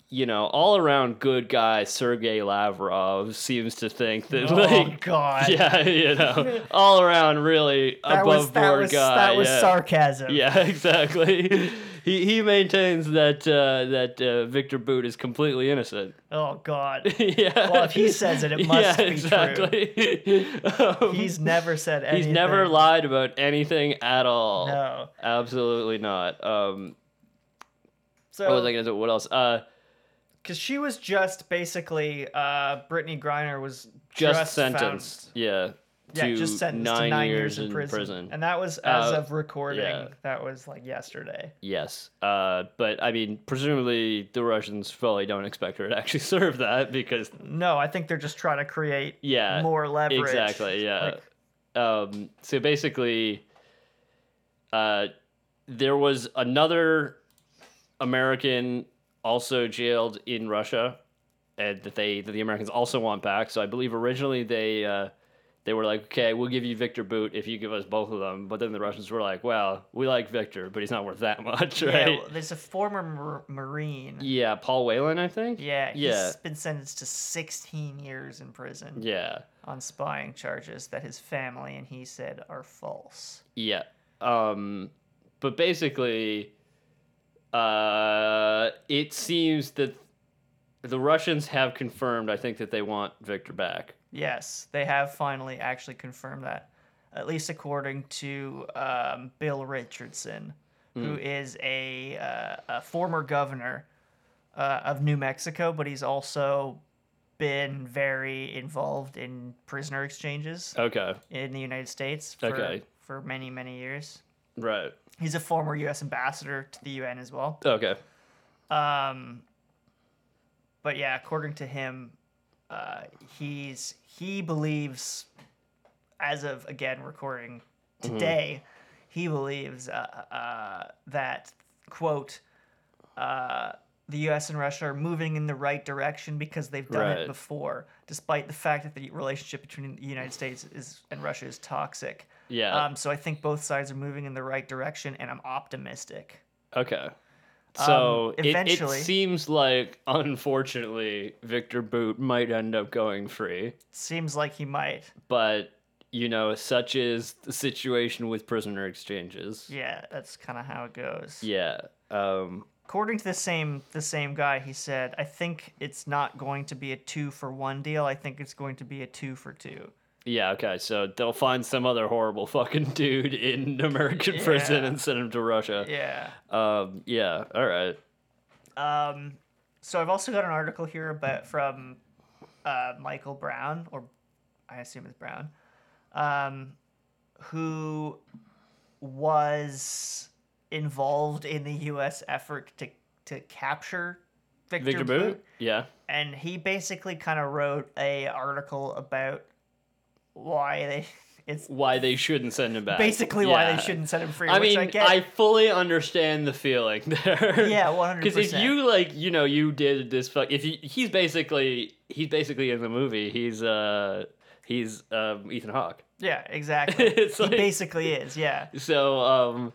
you know, all around good guy Sergey Lavrov seems to think that oh like. god. Yeah, you know, all around really That above was that board was guy. that was yeah. sarcasm. Yeah, exactly. he he maintains that uh, that uh, Victor Boot is completely innocent. Oh god. yeah. Well, if he says it, it must yeah, be exactly. Um, He's never said anything. he's never lied about anything at all. No. Absolutely not. Um, what was I So gonna do? What else? Uh, because she was just basically uh Brittany Griner was just, found- sentenced. Yeah. yeah, just sentenced to nine years, in prison. And that was as Uh, of recording. yeah. That was like yesterday. yes. Uh, but I mean, presumably the Russians fully don't expect her to actually serve that because No, I think they're just trying to create yeah, more leverage. Exactly. Yeah. Like, um, so basically, uh, there was another American also jailed in Russia, and that they that the Americans also want back. So I believe originally they uh, they were like, okay, we'll give you Victor Boot if you give us both of them. But then the Russians were like, well, we like Victor, but he's not worth that much, yeah, right? well, there's a former mar- Marine. Yeah, Paul Whelan, I think. Yeah, he's Yeah. been sentenced to 16 years in prison Yeah. on spying charges that his family and he said are false. Yeah. Um, but basically, uh, it seems that the Russians have confirmed, I think, that they want Victor back. Yes, they have finally actually confirmed that, at least according to um, Bill Richardson, Hmm. who is a, uh, a former governor uh, of New Mexico, but he's also been very involved in prisoner exchanges Okay. in the United States for, Oh. Okay. for many, many years. Right. He's a former U.S. ambassador to the UN as well. Okay. Um, but yeah, according to him, uh, he's he believes, as of again recording Mm-hmm. today, he believes uh, uh, that quote uh, the U.S. and Russia are moving in the right direction because they've done it Right. before, despite the fact that the relationship between the United States is and Russia is toxic. Yeah. Um, so I think both sides are moving in the right direction, and I'm optimistic. Okay. So it- um, eventually- it, seems like, unfortunately, Victor Boot might end up going free. Seems like he might. But, you know, such is the situation with prisoner exchanges. Yeah, that's kind of how it goes. Yeah. Um, According to the same the same guy, he said, "I think it's not going to be a two for one deal. I think it's going to be a two for two. yeah, okay. So they'll find some other horrible fucking dude in American prison Yeah. and send him to Russia. Yeah. Um, yeah, all right. Um, so I've also got an article here about from uh, Michael Brown, or I assume it's Brown, um, who was involved in the U.S. effort to to capture Victor, Victor Boot? Yeah. and he basically kind of wrote a article about why they it's Why they shouldn't send him back. basically why Yeah. they shouldn't set him free. I which mean, I, I, get. fully understand the feeling there. Yeah, 100%. Because if you like, you know, you did this fuck. If he, he's basically he's basically in the movie. He's uh he's um Ethan Hawke. yeah, exactly. It's he like- basically is. Yeah. So um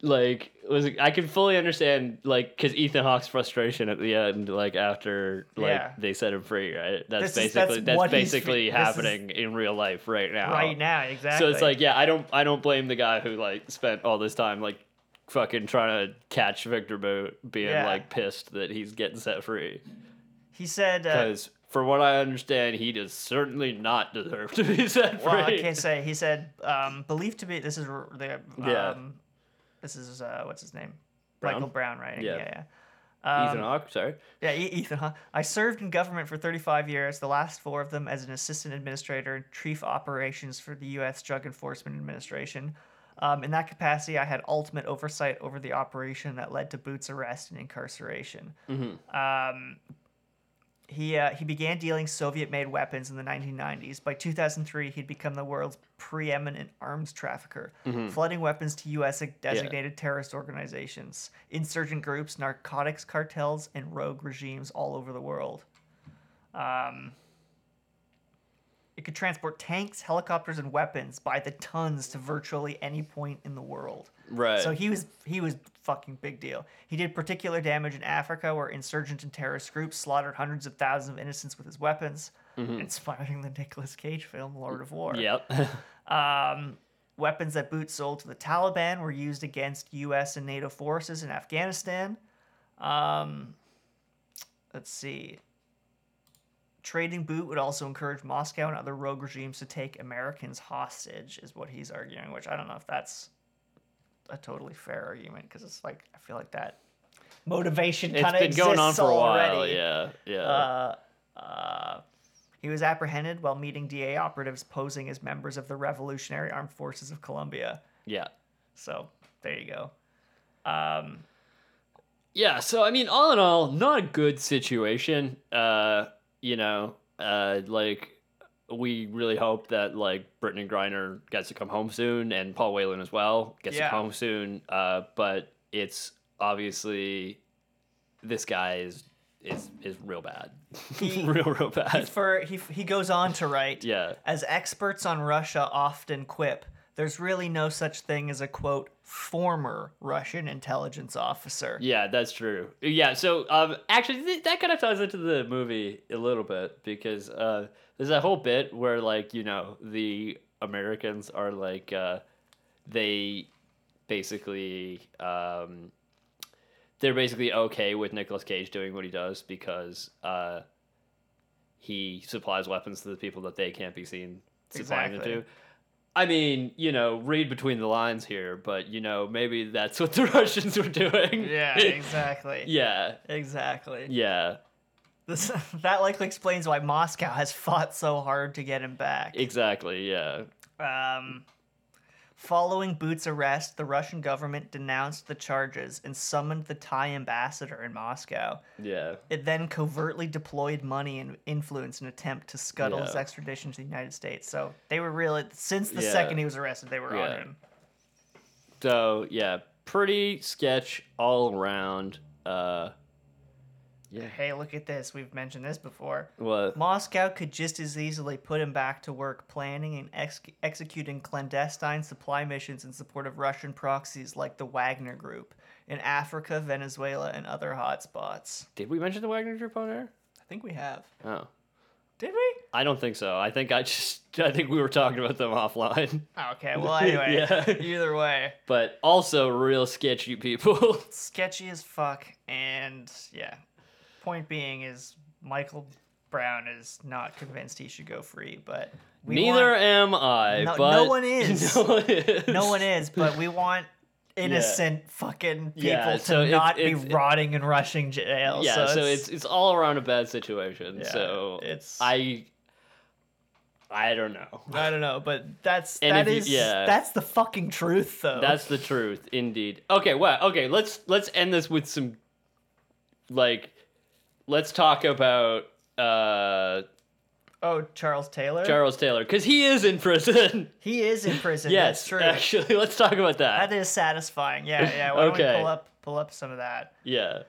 like was I can fully understand like because Ethan Hawke's frustration at the end, like after like Yeah. they set him free, right? That's This is- that's basically that's, what he's fe- basically this is- happening in real life right now. Right now, exactly. So it's like, yeah, I don't, I don't blame the guy who like spent all this time like fucking trying to catch Victor Boot, being Yeah. like pissed that he's getting set free. he said. Uh, Because from what I understand, he does certainly not deserve to be set well, I free. can't say. He said, um, believed to be. This is r- the. Um, Yeah. This is uh, what's his name? Brown? Michael Brown, right? Yeah. yeah. um, Ethan Hawke, sorry. Yeah, E- Ethan, huh? I served in government for 35 years, the last four of them as an assistant administrator and chief operations for the U.S. Drug Enforcement Administration. Um, in that capacity, I had ultimate oversight over the operation that led to Boots' arrest and incarceration. Um, he, uh, he began dealing Soviet made weapons in the 1990s. By 2003, he'd become the world's preeminent arms trafficker, flooding weapons to U.S. designated terrorist organizations, insurgent groups, narcotics cartels, and rogue regimes all over the world. Um, it could transport tanks, helicopters, and weapons by the tons to virtually any point in the world. Right. So he was he was fucking big deal. He did particular damage in Africa, where insurgent and terrorist groups slaughtered hundreds of thousands of innocents with his weapons, inspiring the Nicolas Cage film Lord of War. Yep. Um, weapons that Boots sold to the Taliban were used against U.S. and NATO forces in Afghanistan. Um, let's see. Trading Boot would also encourage Moscow and other rogue regimes to take Americans hostage, is what he's arguing, which I don't know if that's a totally fair argument because it's like, I feel like that motivation it's kind of been exists going on for a while. already. Yeah. Yeah. Uh, uh, he was apprehended while meeting DA operatives posing as members of the Revolutionary Armed Forces of Colombia. yeah. So there you go. Um, Yeah, so I mean, all in all, not a good situation. Uh, you know, uh, like we really hope that like Brittany Griner gets to come home soon, and Paul Whelan as well gets Yeah. to come home soon. Uh, but it's obviously this guy is is is real bad, He- real real bad. for he he goes on to write. Yeah, As experts on Russia often quip, there's really no such thing as a quote former Russian intelligence officer. yeah, that's true. Yeah, so um, actually, th- that kind of ties into the movie a little bit because uh, there's that whole bit where like you know the Americans are like uh, they basically um, they're basically okay with Nicolas Cage doing what he does because uh, he supplies weapons to the people that they can't be seen supplying Exactly. them to. I mean, you know, read between the lines here, but you know, maybe that's what the Russians were doing. Yeah, exactly. yeah, Exactly. yeah, This, that likely explains why Moscow has fought so hard to get him back. exactly, yeah. Um, following Boot's arrest, the Russian government denounced the charges and summoned the Thai ambassador in Moscow. Yeah. It then covertly deployed money and influence in an attempt to scuttle his Yeah. extradition to the United States. So they were really since the Yeah. second he was arrested, they were on Yeah. him. So yeah, pretty sketch all around. Uh, Yeah. hey, look at this. We've mentioned this before. What? Moscow could just as easily put him back to work planning and ex- executing clandestine supply missions in support of Russian proxies like the Wagner Group in Africa, Venezuela, and other hotspots. Did we mention the Wagner Group on air? I think we have. Oh. Did we? I don't think so. I think I just I think we were talking about them offline. Oh, Okay, well, anyway, Yeah. either way. But also real sketchy people. sketchy as fuck and yeah point being is michael brown is not convinced he should go free but we Neither want, am I. No- no but one is. No one is. no one is but we want innocent fucking people Yeah, to so it's- not it's- be rotting and rushing jail Yeah, so, it's, it's all around a bad situation. yeah, so it's- I I don't know. i don't know but that's And that if you- is yeah. that's the fucking truth though That's the truth, indeed. Okay, well, okay, let's let's end this with some like let's talk about uh oh charles taylor Charles Taylor cuz he is in prison. he is in prison yes, that's true actually, let's talk about that. that is satisfying yeah yeah why don't Okay. we pull up pull up some of that yeah.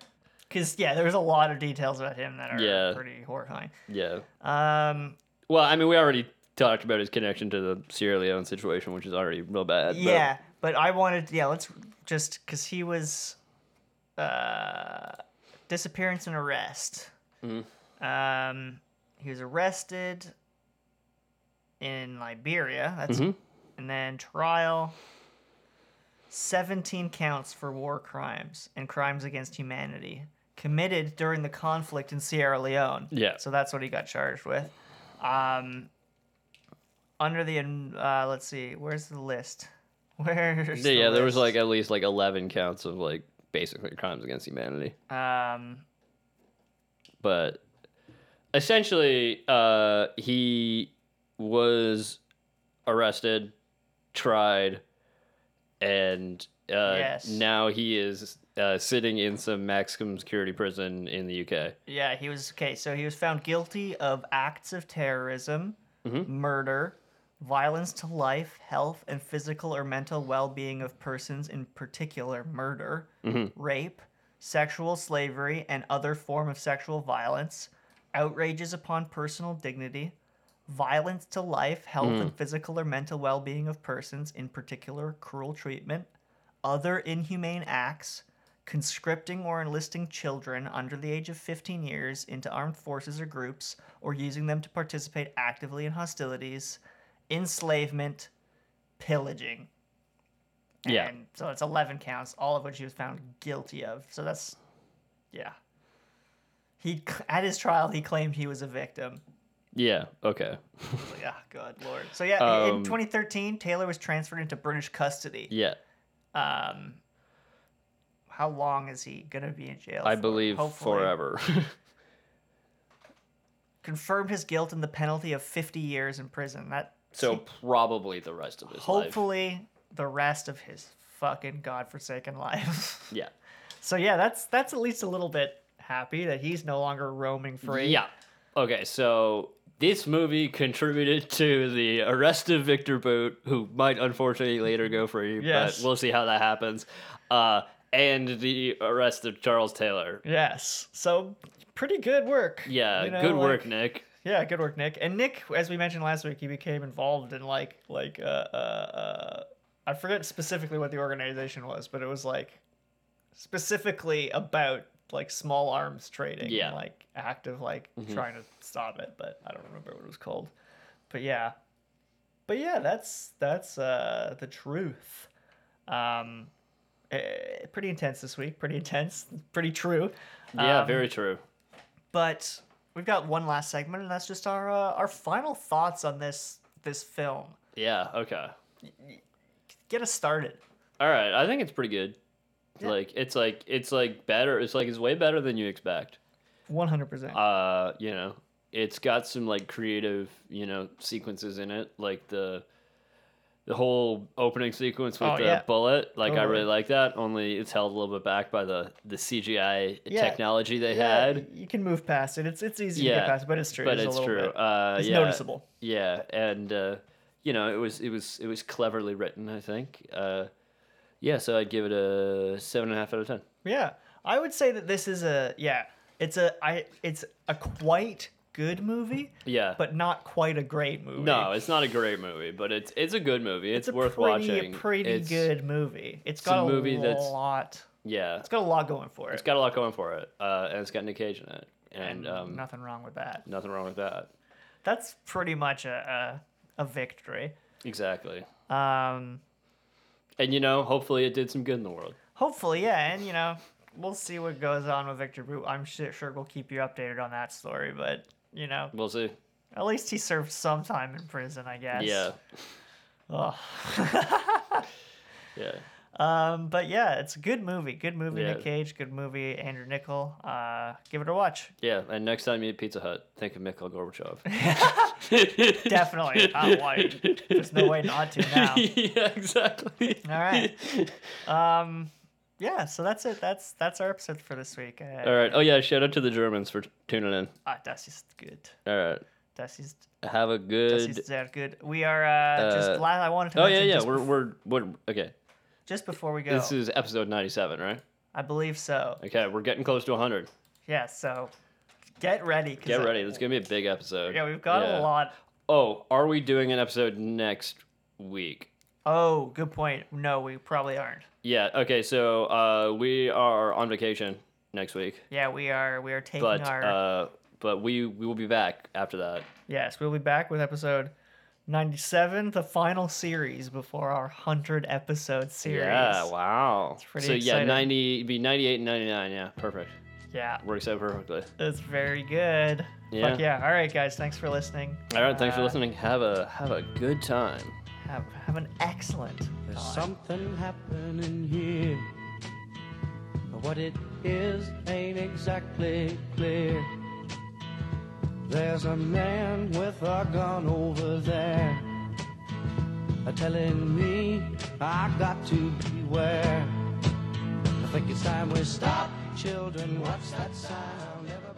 Because yeah, there's a lot of details about him that are Yeah. pretty horrifying. Yeah. Um, Well, I mean, we already talked about his connection to the Sierra Leone situation, which is already real bad. but- yeah, but I wanted yeah, let's just because he was uh, disappearance and arrest. Mm-hmm. Um, he was arrested in Liberia. That's Mm-hmm. and then trial. 17 counts for war crimes and crimes against humanity committed during the conflict in Sierra Leone. Yeah. So that's what he got charged with. Um, under the, uh, let's see, where's the list? Where's Yeah, the yeah, there was like list? at least like 11 counts of like basically crimes against humanity. um, But essentially, uh, he was arrested, tried, and uh, Yes. now he is uh, sitting in some maximum security prison in the UK. yeah, he was, okay, so he was found guilty of acts of terrorism, Mm-hmm. murder, violence to life, health, and physical or mental well being of persons, in particular murder, Mm-hmm. rape, sexual slavery, and other form of sexual violence, outrages upon personal dignity, violence to life, health, and physical or mental well being of persons, in particular cruel treatment, other inhumane acts. Conscripting or enlisting children under the age of 15 years into armed forces or groups, or using them to participate actively in hostilities, enslavement, pillaging. Yeah. And so it's 11 counts, all of which he was found guilty of. So that's, yeah. He c- at his trial he claimed he was a victim. Yeah, okay. Like, ah, good lord. So yeah, in- Um, in 2013, Taylor was transferred into British custody. Yeah. Um, how long is he gonna be in jail? I for? believe Hopefully- forever. Confirmed his guilt and the penalty of 50 years in prison. That so probably the rest of his life. hopefully the rest of his fucking godforsaken life. Yeah. so yeah, that's that's at least a little bit happy that he's no longer roaming free. Yeah. Okay, so this movie contributed to the arrest of Victor Boot, who might unfortunately later go free, Yes. but we'll see how that happens. Uh, and the arrest of Charles Taylor. Yes. So pretty good work. Yeah, You know, good like- work, Nick. Yeah, good work, Nick. And Nick, as we mentioned last week, he became involved in like like uh, uh, uh I forget specifically what the organization was, but it was like specifically about like small arms trading. Yeah. And, like active like trying to stop it, but I don't remember what it was called. But yeah. But yeah, that's that's uh the truth. Um eh, pretty intense this week, pretty intense, pretty true. Yeah, Um, very true. but we've got one last segment, and that's just our uh, our final thoughts on this this film. Yeah, okay. Get us started. All right, I think it's pretty good. Yeah. Like it's like it's like better. It's like it's way better than you expect. One hundred percent. uh you know it's got some like creative you know sequences in it like the the whole opening sequence with Oh, the yeah. bullet like i Totally. really like that only it's held a little bit back by the the cgi Yeah. technology they had you can move past it. It's it's easy to Yeah, get past, but it's true. but a it's little true bit- uh it's yeah noticeable. yeah and uh you know it was it was it was cleverly written i think uh yeah so i'd give it a seven and a half out of ten Yeah, I would say that this is a yeah. It's a I it's a quite good movie, Yeah. but not quite a great movie. no, it's not a great movie, but it's it's a good movie. It's, it's a worth pretty, watching. A pretty It's- good movie. it's a got a, movie that's- lot. Yeah. It's got a lot going for it. It's got a lot going for it. Uh, and it's got Nick Cage in it. And um, nothing wrong with that. nothing wrong with that. That's pretty much a a, a victory. Exactly. Um, And you know, hopefully it did some good in the world. hopefully, yeah, and you know, we'll see what goes on with Victor Boot. I'm sure, sure we'll keep you updated on that story, but you know, We'll see. at least he served some time in prison, I guess. Yeah. Ugh. Yeah. um, but yeah, it's a good movie. Good movie, Yeah. Nick Cage. Good movie, Andrew Nichol. Uh, give it a watch. Yeah. And next time you eat Pizza Hut, think of Mikhail Gorbachev. Definitely not white. There's no way not to now. yeah, exactly. All right. Um, yeah, so that's it. That's that's our episode for this week. Uh, All right. Oh yeah, shout out to the Germans for tuning in. Ah, das ist gut. All right. Das ist Have a Das good ist sehr gut. We are uh, just Uh, last. I wanted to. Oh yeah, mention yeah. Just, Oh. We're, we're we're okay. just before we go, This is episode ninety seven, right? I believe so. Okay, we're getting close to hundred. Yeah. So get ready. 'cause Get I- ready. This is gonna be a big episode. Yeah, we've got Yeah. a lot. Oh, are we doing an episode next week? Oh, good point. No, we probably aren't. Yeah. Okay. So uh, we are on vacation next week, Yeah, we are. We are taking but our. uh, but we we will be back after that. yes, we'll be back with episode. 97 the final series before our 100 episode series Yeah. Wow. pretty so yeah, exciting. ninety it'd be ninety eight and ninety nine. Yeah. Perfect. yeah Works out perfectly. it's very good Yeah. Fuck yeah all right guys thanks for listening All right. Thanks for Uh, listening. Have a have a good time. have, have an excellent There's time. something happening here. But what it is ain't exactly clear. There's a man with a gun over there uh, telling me I got to beware. I think it's time we stop, children. What's that sound? Everybody